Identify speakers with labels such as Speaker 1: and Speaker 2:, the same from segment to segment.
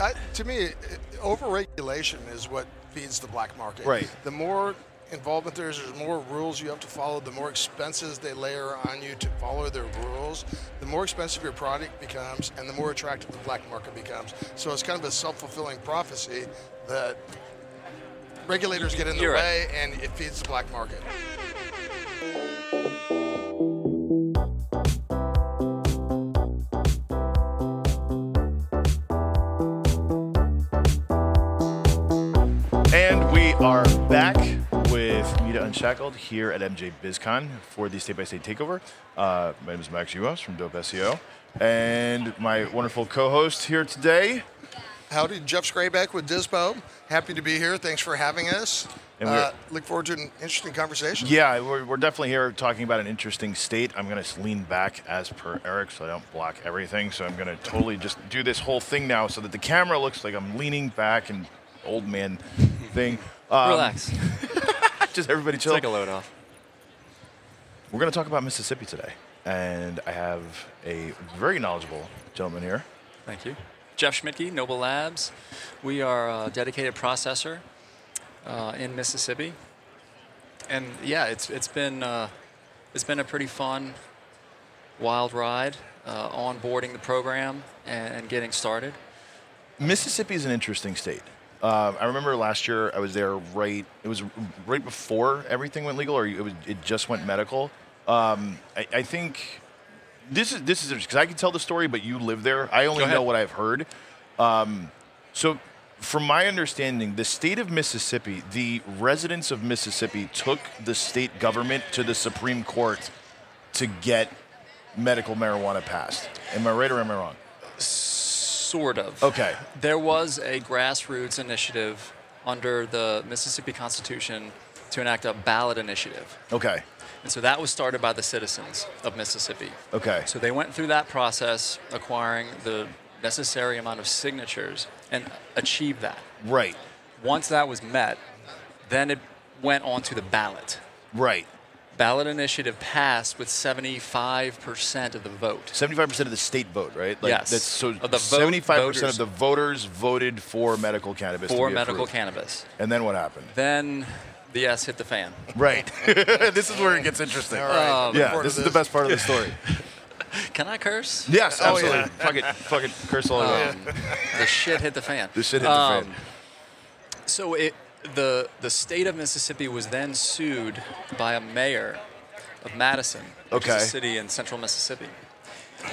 Speaker 1: I, to me, uh, overregulation is what feeds the black market.
Speaker 2: Right.
Speaker 1: The more involvement there is, there's more rules you have to follow, the more expenses they layer on you to follow their rules, the more expensive your product becomes, and the more attractive the black market becomes. So it's kind of a self fulfilling prophecy that regulators get in the
Speaker 3: You're
Speaker 1: way
Speaker 3: right.
Speaker 1: and it feeds the black market.
Speaker 2: And we are back with Mita Unshackled here at MJ BizCon for the State by State Takeover. Uh, my name is Max Uos from Dope SEO, and my wonderful co-host here today.
Speaker 1: Howdy, Jeff Scrayback with Dispo. Happy to be here. Thanks for having us.
Speaker 2: And we're-
Speaker 1: Uh, look forward to an interesting conversation.
Speaker 2: Yeah, we're, we're definitely here talking about an interesting state. I'm going to lean back as per Eric so I don't block everything. So I'm going to totally just do this whole thing now so that the camera looks like I'm leaning back and old man thing. Um,
Speaker 3: Relax.
Speaker 2: Just everybody chill.
Speaker 3: Take a load off.
Speaker 2: We're going to talk about Mississippi today. And I have a very knowledgeable gentleman here.
Speaker 3: Thank you. Jeff Schmidtke, Noble Labs. We are a dedicated processor uh, in Mississippi, and yeah, it's it's been uh, it's been a pretty fun, wild ride uh, onboarding the program and, and getting started.
Speaker 2: Mississippi is an interesting state. Uh, I remember last year I was there right. It was right before everything went legal, or it was it just went medical. Um, I, I think this is this is because I can tell the story, but you live there. I only
Speaker 3: Go ahead.
Speaker 2: know what I've heard. Um, so, from my understanding, the state of Mississippi, the residents of Mississippi took the state government to the Supreme Court to get medical marijuana passed. Am I right or am I wrong?
Speaker 3: Sort of.
Speaker 2: Okay.
Speaker 3: There was a grassroots initiative under the Mississippi Constitution to enact a ballot initiative.
Speaker 2: Okay.
Speaker 3: And so that was started by the citizens of Mississippi.
Speaker 2: Okay.
Speaker 3: So they went through that process, acquiring the necessary amount of signatures, and achieved that.
Speaker 2: Right.
Speaker 3: Once that was met, then it went on to the ballot.
Speaker 2: Right.
Speaker 3: Ballot initiative passed with 75% of the vote.
Speaker 2: Seventy-five percent of the state vote, right? Like,
Speaker 3: Yes.
Speaker 2: That's so
Speaker 3: Of the vote
Speaker 2: seventy-five percent
Speaker 3: voters.
Speaker 2: of the voters voted for medical cannabis. to
Speaker 3: For
Speaker 2: be
Speaker 3: medical
Speaker 2: approved.
Speaker 3: cannabis.
Speaker 2: And then what happened?
Speaker 3: Then the S hit the fan.
Speaker 2: Right. this is where it gets interesting.
Speaker 1: All right.
Speaker 3: Um,
Speaker 1: Look
Speaker 2: Yeah.
Speaker 1: forward
Speaker 2: This
Speaker 1: to
Speaker 2: is the best part of the story.
Speaker 3: Can I curse?
Speaker 2: yes.
Speaker 1: Oh,
Speaker 2: Absolutely.
Speaker 1: yeah.
Speaker 2: Fuck it. Fuck it. Curse all over.
Speaker 3: Um, the shit hit the fan.
Speaker 2: This shit hit
Speaker 3: Um,
Speaker 2: the fan.
Speaker 3: So it the the state of Mississippi was then sued by a mayor of Madison, which is
Speaker 2: Okay.
Speaker 3: a city in central Mississippi,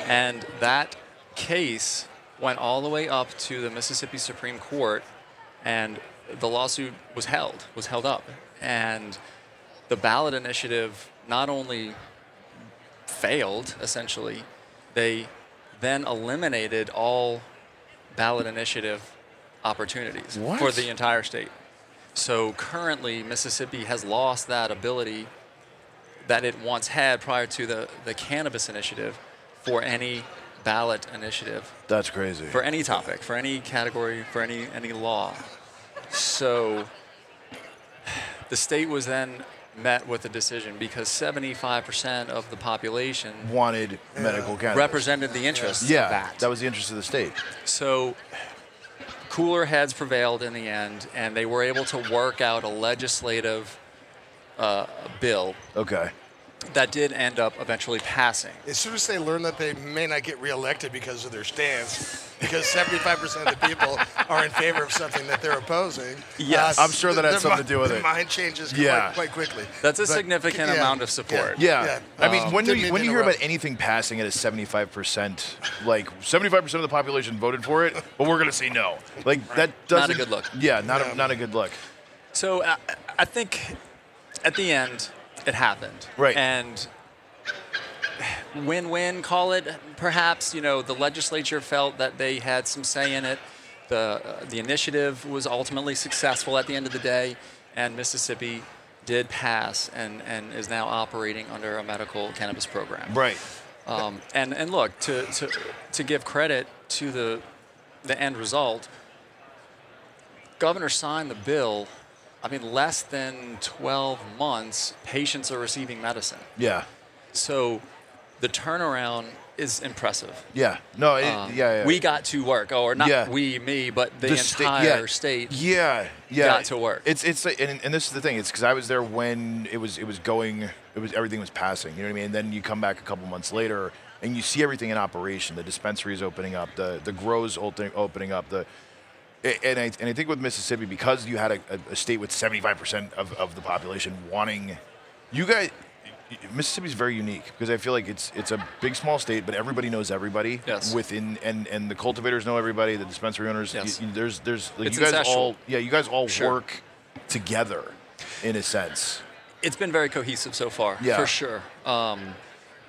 Speaker 3: and that case went all the way up to the Mississippi Supreme Court, and the lawsuit was held was held up, and the ballot initiative not only failed essentially, they then eliminated all ballot initiative opportunities
Speaker 2: What?
Speaker 3: for the entire state. So currently, Mississippi has lost that ability that it once had prior to the, the cannabis initiative for any ballot initiative,
Speaker 2: That's crazy.
Speaker 3: for any topic, for any category, for any, any law. So the state was then met with a decision because 75% of the population
Speaker 2: Wanted medical cannabis.
Speaker 3: represented the interests
Speaker 2: Yeah.
Speaker 3: of that.
Speaker 2: was the interest of the state.
Speaker 3: So cooler heads prevailed in the end, and they were able to work out a legislative uh, bill
Speaker 2: Okay.
Speaker 3: that did end up eventually passing.
Speaker 1: As soon as they learn that they may not get reelected because of their stance, because 75% of the people are in favor of something that they're opposing.
Speaker 3: Yes.
Speaker 2: I'm sure that had
Speaker 1: their
Speaker 2: something
Speaker 1: mi-
Speaker 2: to do with
Speaker 1: their
Speaker 2: it.
Speaker 1: Mind changes
Speaker 2: Yeah.
Speaker 1: quite, quite quickly.
Speaker 3: That's a
Speaker 1: But-
Speaker 3: significant
Speaker 1: yeah,
Speaker 3: amount of support.
Speaker 2: Yeah.
Speaker 1: Yeah.
Speaker 2: I mean,
Speaker 1: Um,
Speaker 2: when you
Speaker 1: didn't mean
Speaker 2: when
Speaker 1: to
Speaker 2: you hear about
Speaker 1: interrupt.
Speaker 2: anything passing at a 75%, like 75% of the population voted for it, but we're going to say no. Like that doesn't
Speaker 3: Not a good look.
Speaker 2: Yeah, not a, not a good look.
Speaker 3: So I, I think at the end, it happened.
Speaker 2: Right.
Speaker 3: And win-win, call it. Perhaps you know the legislature felt that they had some say in it. The uh, the initiative was ultimately successful at the end of the day, and Mississippi did pass and and is now operating under a medical cannabis program.
Speaker 2: Right.
Speaker 3: Um, and and look to, to to give credit to the the end result. Governor signed the bill. I mean, less than 12 months, patients are receiving medicine.
Speaker 2: Yeah.
Speaker 3: So, the the turnaround is impressive.
Speaker 2: Yeah. No. It,
Speaker 3: Um,
Speaker 2: yeah, yeah.
Speaker 3: We got to work, or not
Speaker 2: Yeah.
Speaker 3: we, me, but the,
Speaker 2: sta-
Speaker 3: entire state.
Speaker 2: yeah, yeah,
Speaker 3: got to work.
Speaker 2: It's it's like- and, and this is the thing. It's because I was there when it was it was going. It was everything was passing. You know what I mean? And then you come back a couple months later and you see everything in operation. The dispensaries opening up. The the grows opening opening up. The a- and I, and I think with Mississippi, because you had a, a- a state with 75% of, of the population wanting, you guys, Mississippi's very unique because I feel like it's it's a big, small state, but everybody knows everybody
Speaker 3: Yes.
Speaker 2: within, and, and the cultivators know everybody, the dispensary owners.
Speaker 3: Yes.
Speaker 2: y- y- there's, there's, like,
Speaker 3: It's
Speaker 2: you guys
Speaker 3: incestual.
Speaker 2: all, yeah, you guys all
Speaker 3: Sure.
Speaker 2: work together in a sense.
Speaker 3: It's been very cohesive so far,
Speaker 2: Yeah.
Speaker 3: for sure. Um,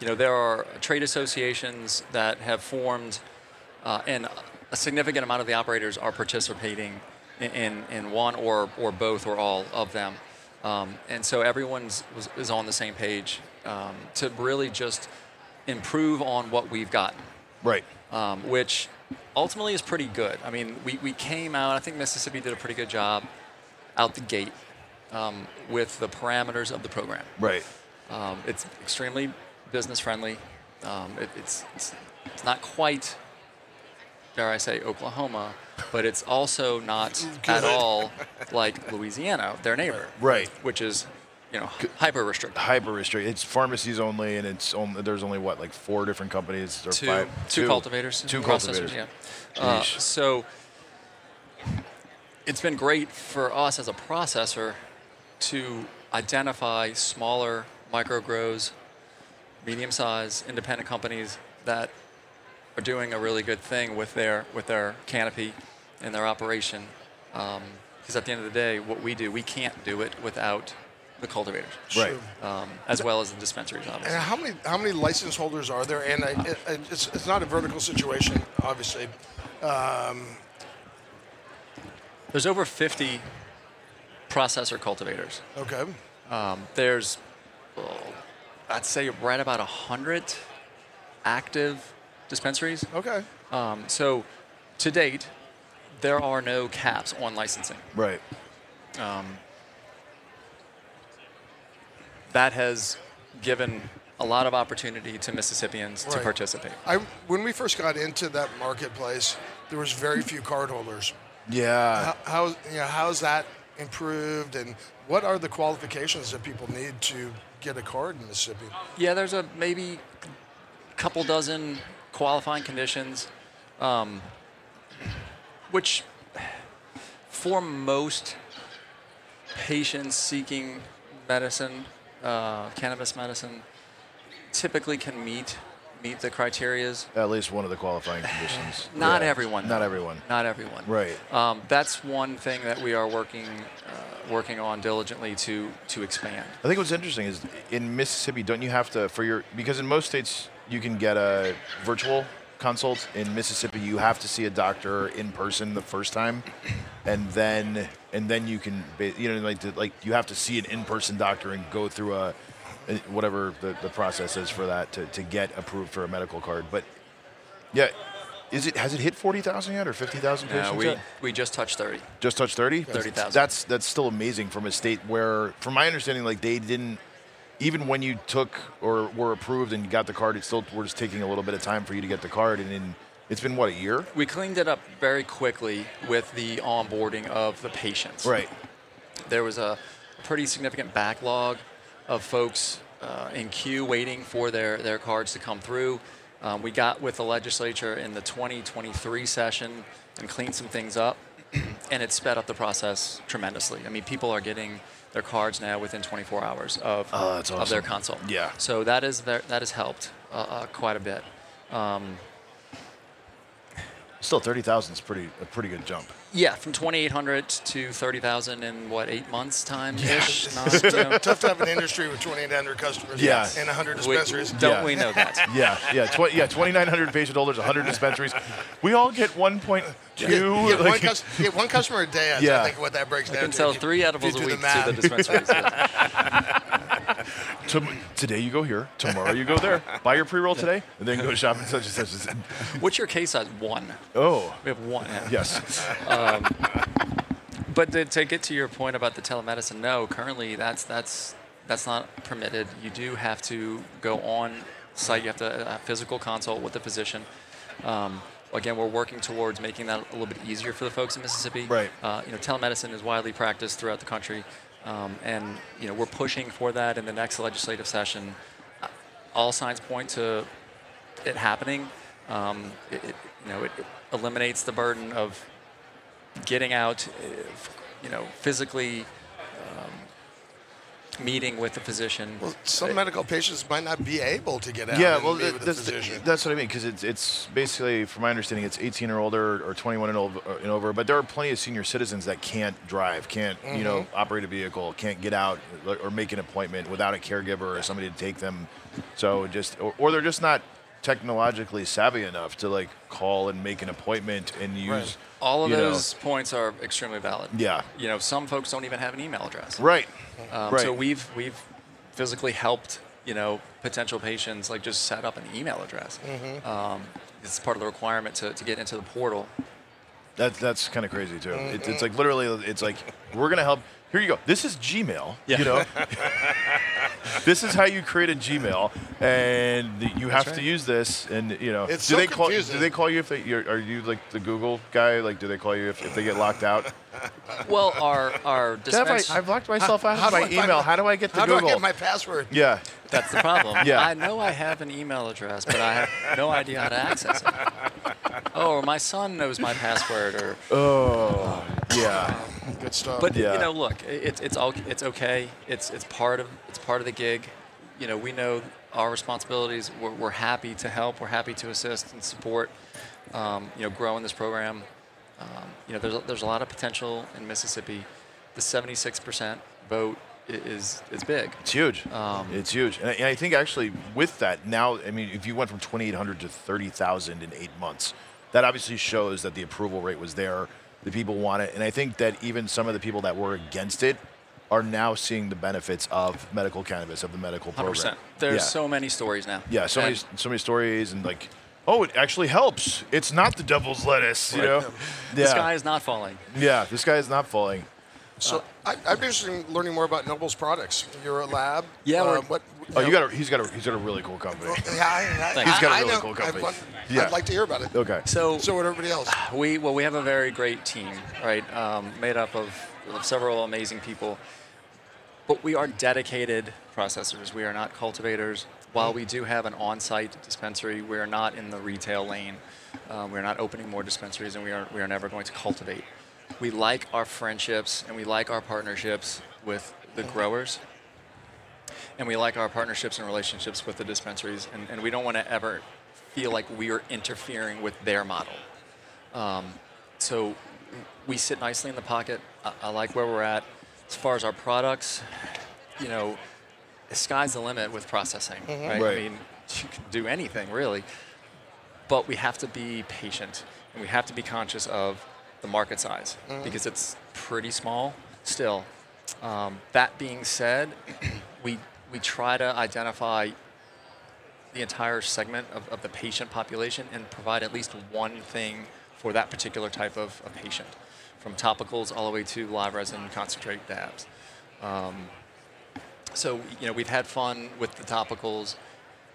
Speaker 3: you know, there are trade associations that have formed, uh, and a significant amount of the operators are participating in, in, in one or, or both or all of them. Um, and so everyone's was, is on the same page um, to really just improve on what we've got.
Speaker 2: Right.
Speaker 3: um, which ultimately is pretty good. I mean, we, we came out, I think Mississippi did a pretty good job out the gate um, with the parameters of the program.
Speaker 2: Right.
Speaker 3: Um, it's extremely business friendly. Um, it, it's, it's, it's not quite, dare I say, Oklahoma, but it's also not at all like Louisiana, their neighbor.
Speaker 2: Right.
Speaker 3: Which is, you know, hyper restricted.
Speaker 2: Hyper restrict. It's pharmacies only, and it's only, there's only what, like four different companies or
Speaker 3: two,
Speaker 2: five?
Speaker 3: two cultivators,
Speaker 2: Two
Speaker 3: processors,
Speaker 2: cultivators.
Speaker 3: Yeah. Uh,
Speaker 2: Jeez.
Speaker 3: so it's been great for us as a processor to identify smaller micro grows, medium sized independent companies that are doing a really good thing with their with their canopy and their operation. Because at the end of the day, what we do, we can't do it without the cultivators,
Speaker 2: Right.
Speaker 1: Sure.
Speaker 3: um, as well as the dispensaries, obviously.
Speaker 1: And how many how many license holders are there? And I, it, it's it's not a vertical situation, obviously.
Speaker 3: There's over 50 processor cultivators.
Speaker 1: Okay.
Speaker 3: Um, there's, oh, I'd say, right about 100 active dispensaries.
Speaker 1: Okay.
Speaker 3: Um, so, to date, there are no caps on licensing.
Speaker 2: Right.
Speaker 3: That has given a lot of opportunity to Mississippians to
Speaker 1: Right.
Speaker 3: participate.
Speaker 1: I when we first got into that marketplace, there was very few card holders.
Speaker 2: Yeah.
Speaker 1: How, how you know how's that improved, and what are the qualifications that people need to get a card in Mississippi?
Speaker 3: Yeah, there's a maybe couple dozen qualifying conditions, um, which for most patients seeking medicine, uh, cannabis medicine, typically can meet meet the criterias.
Speaker 2: At least one of the qualifying conditions.
Speaker 3: Not
Speaker 2: Yeah.
Speaker 3: everyone.
Speaker 2: Not
Speaker 3: though.
Speaker 2: everyone.
Speaker 3: Not everyone.
Speaker 2: Right.
Speaker 3: Um, that's one thing that we are working uh, working on diligently to to expand.
Speaker 2: I think what's interesting is in Mississippi, don't you have to for your because in most states you can get a virtual consult. In Mississippi, you have to see a doctor in person the first time, and then and then you can ba- you know like the, like you have to see an in-person doctor and go through a whatever the, the process is for that to, to get approved for a medical card. But yeah, is it has it hit forty thousand yet or fifty thousand
Speaker 3: Uh,
Speaker 2: patients?
Speaker 3: we
Speaker 2: yet?
Speaker 3: we just touched 30.
Speaker 2: Just touched 30?
Speaker 3: 30,000.
Speaker 2: That's that's still amazing from a state where from my understanding like they didn't even when you took or were approved and got the card it still was taking a little bit of time for you to get the card and in it's been what a year?
Speaker 3: We cleaned it up very quickly with the onboarding of the patients.
Speaker 2: Right.
Speaker 3: There was a pretty significant backlog of folks uh, in queue waiting for their, their cards to come through. Um, we got with the legislature in the 2023 session and cleaned some things up, and it sped up the process tremendously. I mean, people are getting their cards now within 24 hours of,
Speaker 2: Oh, that's
Speaker 3: of their
Speaker 2: awesome.
Speaker 3: consult.
Speaker 2: Yeah.
Speaker 3: So that is ver- that has helped uh, uh, quite a bit.
Speaker 2: Still 30,000 is pretty a pretty good jump.
Speaker 3: Yeah, from 2,800 to 30,000 in what eight months time ish.
Speaker 1: Tough to have an industry with 2,800 customers
Speaker 2: Yeah.
Speaker 1: and 100 dispensaries.
Speaker 3: don't
Speaker 2: Yeah.
Speaker 3: we know that?
Speaker 2: Yeah, yeah, tw- yeah, 2900 patient holders, 100 dispensaries. We all get 1.2
Speaker 1: Get, get one
Speaker 2: like-
Speaker 1: cus- get one customer a day.
Speaker 2: Yeah.
Speaker 1: I think what that breaks down.
Speaker 3: Can
Speaker 1: to
Speaker 3: sell
Speaker 1: if you-
Speaker 3: three
Speaker 1: if
Speaker 3: edibles
Speaker 1: you
Speaker 3: a
Speaker 1: do
Speaker 3: week
Speaker 1: math.
Speaker 3: to the dispensaries. yeah.
Speaker 2: Tom- today you go here, tomorrow you go there. Buy your pre-roll today and then go shop in such and such and such.
Speaker 3: What's your case size? One.
Speaker 2: Oh,
Speaker 3: We have one. yeah.
Speaker 2: yes.
Speaker 3: But to, to get to your point about the telemedicine, no, currently that's that's that's not permitted. You do have to go on site. You have to uh, physical consult with the physician. Um, again, we're working towards making that a little bit easier for the folks in Mississippi.
Speaker 2: Right.
Speaker 3: Uh, you know, telemedicine is widely practiced throughout the country, um, and you know we're pushing for that in the next legislative session. Uh, All signs point to it happening. Um, it, it, you know, it, it eliminates the burden of getting out, uh, f- you know, physically um, meeting with the physician.
Speaker 1: Well, some medical patients might not be able to get out
Speaker 2: yeah,
Speaker 1: and
Speaker 2: well,
Speaker 1: meet
Speaker 2: that,
Speaker 1: with a
Speaker 2: that's,
Speaker 1: physician.
Speaker 2: that's what I mean because it's it's basically, from my understanding, it's 18 or older or 21 and over, and over. But there are plenty of senior citizens that can't drive, can't you know
Speaker 3: Mm-hmm.
Speaker 2: operate a vehicle, can't get out or- or make an appointment without a caregiver or somebody to take them. So just or, or they're just not technologically savvy enough to like call and make an appointment and use
Speaker 1: Right.
Speaker 3: All of
Speaker 2: you know-
Speaker 3: those points are extremely valid.
Speaker 2: Yeah.
Speaker 3: You know, some folks don't even have an email address.
Speaker 2: right,
Speaker 3: Um,
Speaker 2: right.
Speaker 3: So we've we've physically helped you know potential patients like just set up an email address.
Speaker 2: Mm-hmm.
Speaker 3: Um, it's part of the requirement to, to get into the portal.
Speaker 2: That, that's kind of crazy too.
Speaker 1: Mm-hmm.
Speaker 2: It, it's like literally, it's like we're gonna help. Here you go. This is Gmail.
Speaker 3: Yeah.
Speaker 2: You know, this is how you create a Gmail, and you have
Speaker 3: right.
Speaker 2: to use this. And you know,
Speaker 1: It's
Speaker 2: do
Speaker 1: so
Speaker 2: they call?
Speaker 1: confusing.
Speaker 2: Do they call you if they? You're, are you like the Google guy? Like, do they call you if, if they get locked out?
Speaker 3: Well, our our
Speaker 2: Dev, I,
Speaker 3: dispense-
Speaker 2: I've locked myself out
Speaker 1: how
Speaker 2: of
Speaker 1: do
Speaker 2: my
Speaker 1: I find
Speaker 2: email.
Speaker 1: my-
Speaker 2: how do I get to
Speaker 1: How do
Speaker 2: Google?
Speaker 1: I get my password?
Speaker 2: yeah.
Speaker 3: that's the problem.
Speaker 2: Yeah.
Speaker 3: I know I have an email address, but I have no idea how to access it. Oh, or my son knows my password, or
Speaker 2: Oh. Yeah.
Speaker 1: Good stuff.
Speaker 3: But
Speaker 2: Yeah.
Speaker 3: you know, look, i- it's it's all it's okay. It's it's part of it's part of the gig. You know, we know our responsibilities. We're, we're happy to help. We're happy to assist and support. Um, you know, growing this program. Um, you know, there's a, there's a lot of potential in Mississippi. The 76% vote i- is is big.
Speaker 2: It's huge.
Speaker 3: Um,
Speaker 2: it's huge, and I, and I think actually with that now, I mean, if you went from 2,800 to 30,000 in eight months, that obviously shows that the approval rate was there. The people want it, and I think that even some of the people that were against it are now seeing the benefits of medical cannabis of the medical program.
Speaker 3: 100%. There's
Speaker 2: yeah.
Speaker 3: so many stories now.
Speaker 2: yeah, so many
Speaker 3: And-
Speaker 2: so many stories and like. Oh, it actually helps. It's not the devil's lettuce, you know.
Speaker 3: The
Speaker 2: Yeah,
Speaker 3: sky is not falling.
Speaker 2: yeah. This guy is not falling.
Speaker 3: uh,
Speaker 1: so I, I'd be interested in learning more about Noble's products. You're a lab.
Speaker 3: Yeah,
Speaker 1: Uh,
Speaker 3: we're-
Speaker 1: what?
Speaker 2: Oh, you got a, he's got a, he's got a really cool company.
Speaker 1: Yeah, I, I,
Speaker 3: Thanks.
Speaker 2: He's got a
Speaker 1: I
Speaker 2: really
Speaker 1: know.
Speaker 2: cool
Speaker 1: I'd
Speaker 2: company.
Speaker 1: want-
Speaker 2: Yeah.
Speaker 1: I'd like to hear about it.
Speaker 2: Okay. Oh.
Speaker 3: So
Speaker 1: So would everybody else.
Speaker 3: We well, we have a very great team, right? Um, made up of, of several amazing people, but we are dedicated processors. We are not cultivators. While we do have an on-site dispensary, we are not in the retail lane. Um, we are not opening more dispensaries, and we are we are never going to cultivate. We like our friendships and we like our partnerships with the growers, and we like our partnerships and relationships with the dispensaries, and, and we don't want to ever feel like we are interfering with their model. So we sit nicely in the pocket. I, I like where we're at. As far as our products, you know, the sky's the limit with processing. Right?
Speaker 2: Right.
Speaker 3: I mean, you can do anything really, but we have to be patient and we have to be conscious of the market size because it's pretty small still. Um, that being said, we we try to identify the entire segment of, of the patient population and provide at least one thing for that particular type of, of patient, from topicals all the way to live resin concentrate dabs. Um, so you know we've had fun with the topicals,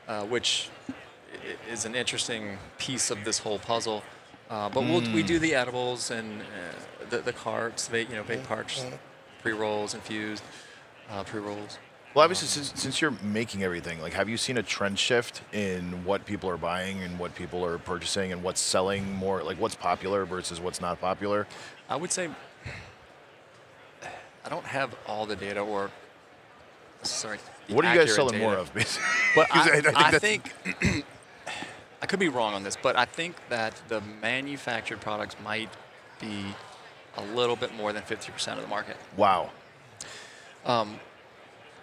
Speaker 3: uh, which i- is an interesting piece of this whole puzzle. Uh, but we'll, we do the edibles and uh, the, the carts, va- you know, vape carts, pre rolls, infused uh, pre rolls.
Speaker 2: Well, obviously, since, since you're making everything, like, have you seen a trend shift in what people are buying and what people are purchasing and what's selling more? Like, what's popular versus what's not popular?
Speaker 3: I would say I don't have all the data or sorry. the
Speaker 2: What are you guys
Speaker 3: accurate
Speaker 2: selling
Speaker 3: data.
Speaker 2: more of, basically?
Speaker 3: But
Speaker 2: 'Cause
Speaker 3: I, I think, I,
Speaker 2: that's-
Speaker 3: could be wrong on this, but I think that the manufactured products might be a little bit more than 50% of the market.
Speaker 2: wow.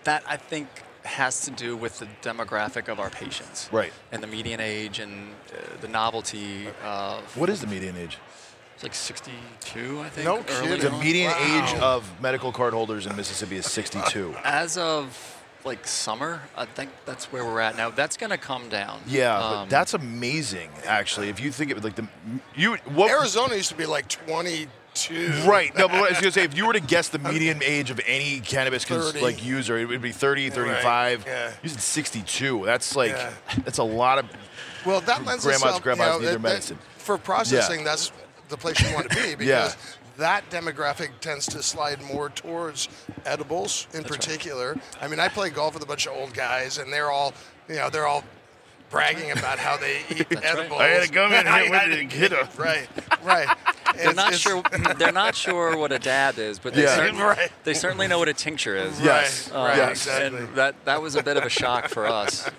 Speaker 3: That I think has to do with the demographic of our patients,
Speaker 2: Right.
Speaker 3: And the median age and uh, the novelty of
Speaker 2: What is the median age?
Speaker 3: it's like 62, I think.
Speaker 1: No
Speaker 3: early
Speaker 1: kidding.
Speaker 2: The
Speaker 3: on.
Speaker 2: median
Speaker 1: Wow.
Speaker 2: age of medical card holders in Mississippi is 62.
Speaker 3: as of like summer, I think that's where we're at now. That's gonna come down.
Speaker 2: Yeah, but
Speaker 3: Um,
Speaker 2: that's amazing, actually. If you think of it, like the you, what
Speaker 1: Arizona used to be like 22 two.
Speaker 2: Right. No, but what I was going to say, if you were to guess the median age of any cannabis cons-
Speaker 1: 30.
Speaker 2: like user, it would be 30, 35.
Speaker 1: yeah.
Speaker 2: You said 62. That's like,
Speaker 1: Yeah.
Speaker 2: that's a lot of.
Speaker 1: Well, that lends
Speaker 2: grandma's
Speaker 1: itself,
Speaker 2: grandma's
Speaker 1: you know,
Speaker 2: need
Speaker 1: that-
Speaker 2: their
Speaker 1: that-
Speaker 2: medicine.
Speaker 1: for processing. That's the place you want to be because that demographic tends to slide more towards edibles in particular. I mean, I play golf with a bunch of old guys, and they're all, you know, they're all bragging about how they eat edibles. I- I didn't-
Speaker 2: hit a.
Speaker 1: Right, right.
Speaker 3: They're not sure. They're not sure what a dab is, but they,
Speaker 2: Yeah.
Speaker 3: certainly,
Speaker 1: Right.
Speaker 3: they certainly know what a tincture is. Um,
Speaker 2: Yeah. Yes.
Speaker 1: Right, right,
Speaker 3: Uh,
Speaker 2: Yes.
Speaker 1: exactly.
Speaker 3: And that that was a bit of a shock for us uh,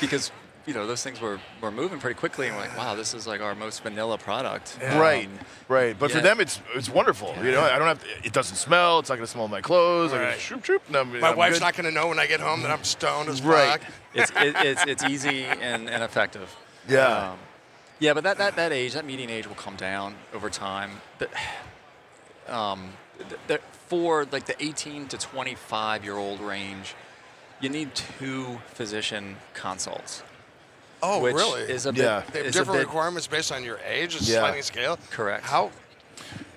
Speaker 3: because you know those things were were moving pretty quickly, and we're like, wow, this is like our most vanilla product.
Speaker 2: Right,
Speaker 3: Um,
Speaker 2: right. But for
Speaker 3: yeah.
Speaker 2: them, it's it's wonderful. You know, I don't have. it doesn't smell. It's not going to smell in my clothes. I
Speaker 1: Right.
Speaker 2: can shoop shoop. and I'm,
Speaker 1: My
Speaker 2: I'm
Speaker 1: wife's
Speaker 2: good.
Speaker 1: not going to know when I get home that I'm stoned as fuck.
Speaker 2: Right.
Speaker 3: it's, it, it's it's easy and, and effective. Um,
Speaker 2: Yeah.
Speaker 3: yeah, but that, that that age, that median age, will come down over time. But, um, th- th- for like the 18 to 25 year old range, you need two physician consults,
Speaker 1: Oh,
Speaker 3: which
Speaker 1: really?
Speaker 3: is a bit.
Speaker 2: Yeah.
Speaker 1: they have
Speaker 3: is a
Speaker 1: different
Speaker 3: bit-
Speaker 1: requirements based on your age, a
Speaker 2: Yeah.
Speaker 1: sliding scale.
Speaker 3: Correct.
Speaker 1: How?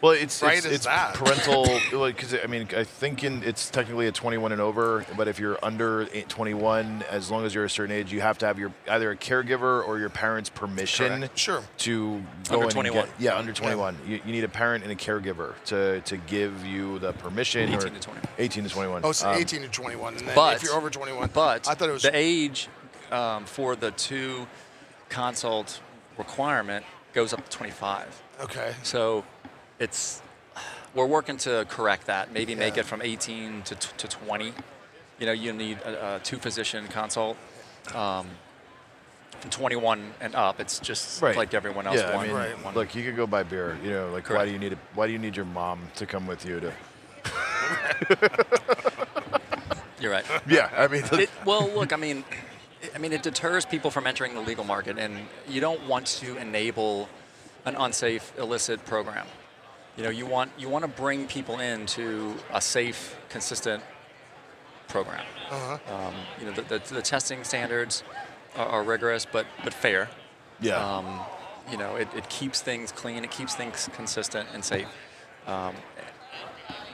Speaker 2: Well, it's
Speaker 1: Right
Speaker 2: it's,
Speaker 1: as
Speaker 2: it's
Speaker 1: that.
Speaker 2: parental because I mean I think in, it's technically a 21 and over, but if you're under eight- 21, as long as you're a certain age, you have to have your either a caregiver or your parents' permission
Speaker 3: Correct.
Speaker 1: Sure.
Speaker 2: to go
Speaker 3: Under
Speaker 2: in and
Speaker 3: 21.
Speaker 2: get- yeah, under 21, you, you need a parent and a caregiver to to give you the permission.
Speaker 3: 18
Speaker 2: or-
Speaker 3: to 21.
Speaker 2: 18 to 21.
Speaker 1: Oh, it's
Speaker 2: Um,
Speaker 1: 18 to 21. And then if
Speaker 3: but-
Speaker 1: you're over 21,
Speaker 3: But
Speaker 1: I thought it was
Speaker 3: the age um, for the two consult requirement goes up to 25.
Speaker 1: okay.
Speaker 3: So it's we're working to correct that. Maybe make
Speaker 1: Yeah.
Speaker 3: it from 18 to, t- to 20. You know, you need a, a two physician consult. Um, from 21 and up, it's just
Speaker 2: Right.
Speaker 3: like everyone else.
Speaker 2: Yeah, I
Speaker 3: one,
Speaker 2: mean,
Speaker 1: Right.
Speaker 3: one-
Speaker 2: look, you could go buy beer. You know, like why
Speaker 3: Correct.
Speaker 2: do you need a, why do you need your mom to come with you to?
Speaker 3: You're right.
Speaker 2: Yeah, I mean,
Speaker 3: it, well, look, I mean, I mean, it deters people from entering the legal market, and you don't want to enable an unsafe, illicit program. You know, you want you want to bring people into a safe, consistent program. Um, you know, the, the, the testing standards are, are rigorous, but but fair.
Speaker 2: yeah,
Speaker 3: Um, you know, it, it keeps things clean, it keeps things consistent and safe. Um,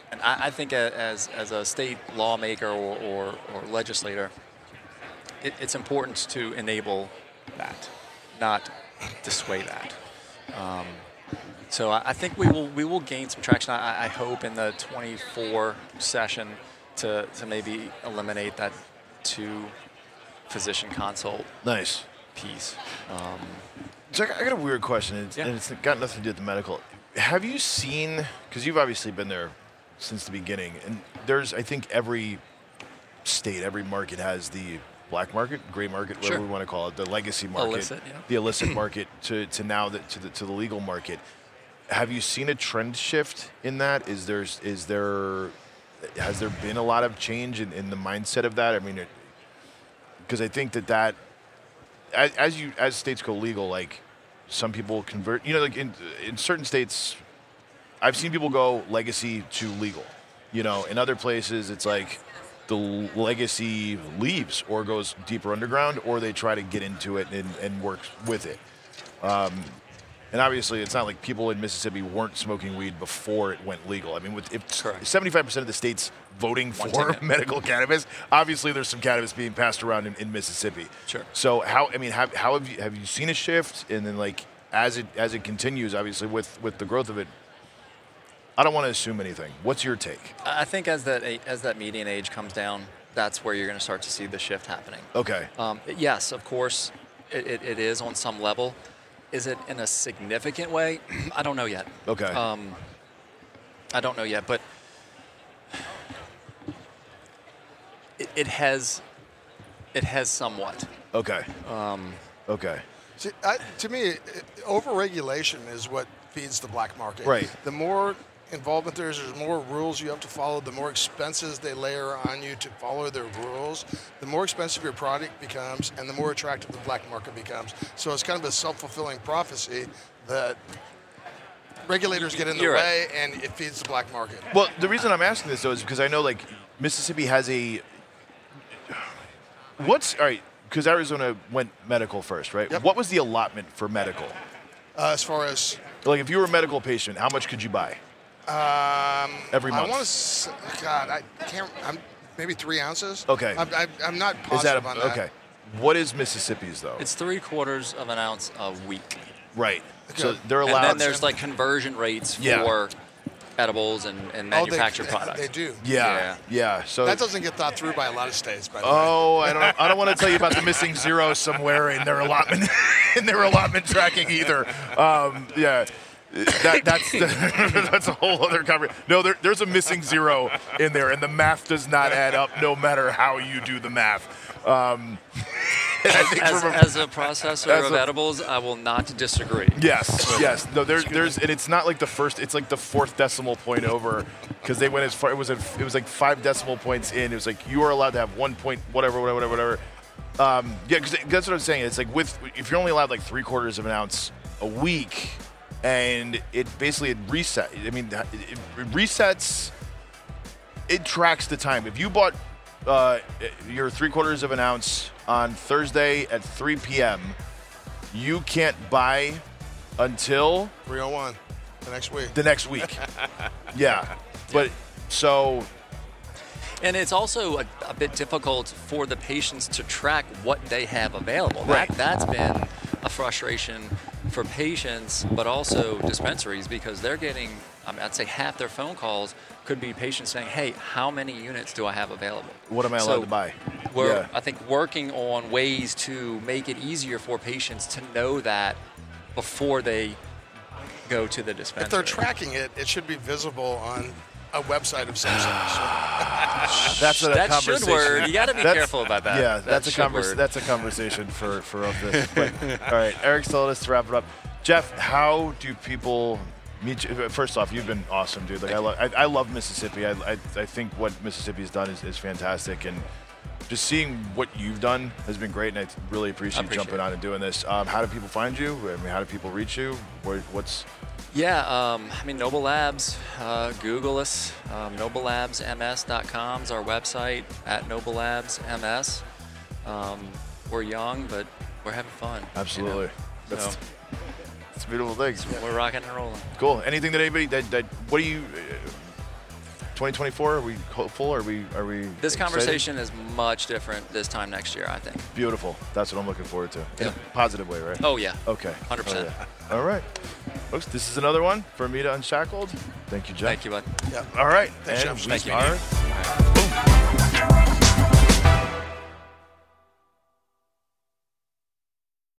Speaker 3: and I, I think a- as, as a state lawmaker or, or, or legislator, it, it's important to enable that, not dissuade that. Um, so I, I think we will we will gain some traction. I, I hope in the 24 session to, to maybe eliminate that two physician consult
Speaker 2: nice.
Speaker 3: piece. Um,
Speaker 2: Jack, I got a weird question, and it's,
Speaker 3: Yeah.
Speaker 2: and it's got nothing to do with the medical. Have you seen? Because you've obviously been there since the beginning, and there's, I think, every state, every market has the black market, gray market, whatever
Speaker 3: Sure.
Speaker 2: we want to call it, the legacy market,
Speaker 3: Illicit, yeah.
Speaker 2: the illicit market, to, to now the, to the to the legal market. Have you seen a trend shift in that? Is there's is there has there been a lot of change in, in the mindset of that? I mean, because I think that that as, as you as states go legal, like some people convert. You know, like in in certain states, I've seen people go legacy to legal. You know, in other places, it's like the l- legacy leaves or goes deeper underground, or they try to get into it and, and work with it. Um, And obviously, it's not like people in Mississippi weren't smoking weed before it went legal. I mean, with if
Speaker 3: Correct.
Speaker 2: 75% of the states voting
Speaker 3: One
Speaker 2: for
Speaker 3: ticket.
Speaker 2: medical cannabis, obviously there's some cannabis being passed around in, in Mississippi.
Speaker 3: Sure.
Speaker 2: So how I mean, have, how have you have you seen a shift? And then like as it as it continues, obviously with with the growth of it, I don't want to assume anything. What's your take?
Speaker 3: I I think as that a- as that median age comes down, that's where you're going to start to see the shift happening.
Speaker 2: Okay.
Speaker 3: Um, yes, of course, it, it, it is on some level. Is it in a significant way? I don't know yet.
Speaker 2: Okay.
Speaker 3: Um, I don't know yet, but it, it has it has somewhat.
Speaker 2: okay. okay.
Speaker 1: To, I, to me, overregulation is what feeds the black market.
Speaker 2: Right.
Speaker 1: The more involvement there is, there's more rules you have to follow, the more expenses they layer on you to follow their rules, the more expensive your product becomes, and the more attractive the black market becomes. So it's kind of a self fulfilling prophecy that regulators get in the
Speaker 3: You're
Speaker 1: way
Speaker 3: right.
Speaker 1: and it feeds the black market.
Speaker 2: Well, the reason I'm asking this though is because I know like Mississippi has a what's all right because Arizona went medical first, right?
Speaker 1: Yep.
Speaker 2: What was the allotment for medical?
Speaker 1: Uh, as far as
Speaker 2: Like if you were a medical patient, how much could you buy?
Speaker 1: Um,
Speaker 2: Every
Speaker 1: I
Speaker 2: month.
Speaker 1: want to. God, I can't. I'm maybe three ounces.
Speaker 2: Okay.
Speaker 1: I'm, I'm, I'm not positive
Speaker 2: Is that
Speaker 1: on
Speaker 2: a,
Speaker 1: that.
Speaker 2: okay? What is Mississippi's though?
Speaker 3: It's three quarters of an ounce a week.
Speaker 2: right. So
Speaker 1: Okay.
Speaker 2: they're
Speaker 3: And
Speaker 2: allowed.
Speaker 3: then there's like conversion rates for
Speaker 2: Yeah.
Speaker 3: edibles and, and
Speaker 1: Oh, they-
Speaker 3: manufactured
Speaker 1: they,
Speaker 3: products.
Speaker 1: They do.
Speaker 2: yeah, yeah. So
Speaker 1: That doesn't get thought through by a lot of states, by the way.
Speaker 2: Oh, I don't. I don't want to tell you about the missing zero somewhere in their allotment, in their allotment tracking either. Um, yeah, that, that's that's a whole other conversation. No, there, there's a missing zero in there, and the math does not add up, no matter how you do the math. Um, I think
Speaker 3: As,
Speaker 2: from a-
Speaker 3: as a processor
Speaker 2: As
Speaker 3: of
Speaker 2: a-
Speaker 3: edibles, I will not disagree.
Speaker 2: Yes, yes. No, there, there's, and it's not like the first. It's like the fourth decimal point over, because they went as far. It was a, it was like five decimal points in. It was like you are allowed to have one point, whatever, whatever, whatever, whatever. Um, yeah, because that's what I'm saying. It's like with if you're only allowed like three quarters of an ounce a week, and it basically it reset. I mean, it, it resets. It tracks the time. If you bought uh, your three quarters of an ounce on Thursday at 3 p.m you can't buy until
Speaker 1: 301 the next week.
Speaker 2: the next week. yeah. But so
Speaker 3: And it's also a, a bit difficult for the patients to track what they have available. That,
Speaker 2: Right.
Speaker 3: that's been a frustration for patients, but also dispensaries because they're getting, I mean, I'd say half their phone calls could be patients saying, hey, how many units do I have available?
Speaker 2: What am I allowed
Speaker 3: So
Speaker 2: to buy?
Speaker 3: We're,
Speaker 2: Yeah.
Speaker 3: I think, working on ways to make it easier for patients to know that before they go to the dispensary.
Speaker 1: If they're tracking it, it should be visible on a website of some sort.
Speaker 2: that's a
Speaker 3: that should
Speaker 2: conversation.
Speaker 3: word. You got to be
Speaker 2: That's-
Speaker 3: careful about that.
Speaker 2: Yeah, that's
Speaker 3: that
Speaker 2: a
Speaker 3: should
Speaker 2: convers-
Speaker 3: word.
Speaker 2: that's a conversation for for of this. But, all right, Eric's told us to wrap it up. Jeff, how do people meet you? Uh, First off, you've been awesome, dude. Like I love I, I love Mississippi. I, I I think what Mississippi's done is, is fantastic and. Just seeing what you've done has been great, and I really appreciate, you
Speaker 3: Appreciate
Speaker 2: jumping
Speaker 3: it.
Speaker 2: on and doing this. Um, how do people find you? I mean, how do people reach you? Where, what's
Speaker 3: Yeah, um, I mean, Noble Labs, uh, Google us. Um, NobleLabsMS.com is our website, at Noble Labs MS. Um, we're young, but we're having fun. you know?
Speaker 2: Absolutely. That's,
Speaker 3: So,
Speaker 2: that's a beautiful thing.
Speaker 3: we're rocking and rolling.
Speaker 2: Cool. Anything that anybody that, that what do you? Uh, 2024? Are we hopeful? Are we? Are we?
Speaker 3: This
Speaker 2: excited?
Speaker 3: conversation is much different this time next year, I think.
Speaker 2: Beautiful. That's what I'm looking forward to. In
Speaker 3: Yeah.
Speaker 2: a positive way, right?
Speaker 3: Oh, yeah.
Speaker 2: Okay.
Speaker 3: 100%.
Speaker 2: Oh, yeah. All right, folks. This is another one for me to unshackled. Thank you, Jeff.
Speaker 3: Thank you, bud.
Speaker 1: Yeah.
Speaker 2: All right.
Speaker 1: Thanks,
Speaker 2: and
Speaker 1: Jeff.
Speaker 2: we
Speaker 3: Thank you.
Speaker 2: are-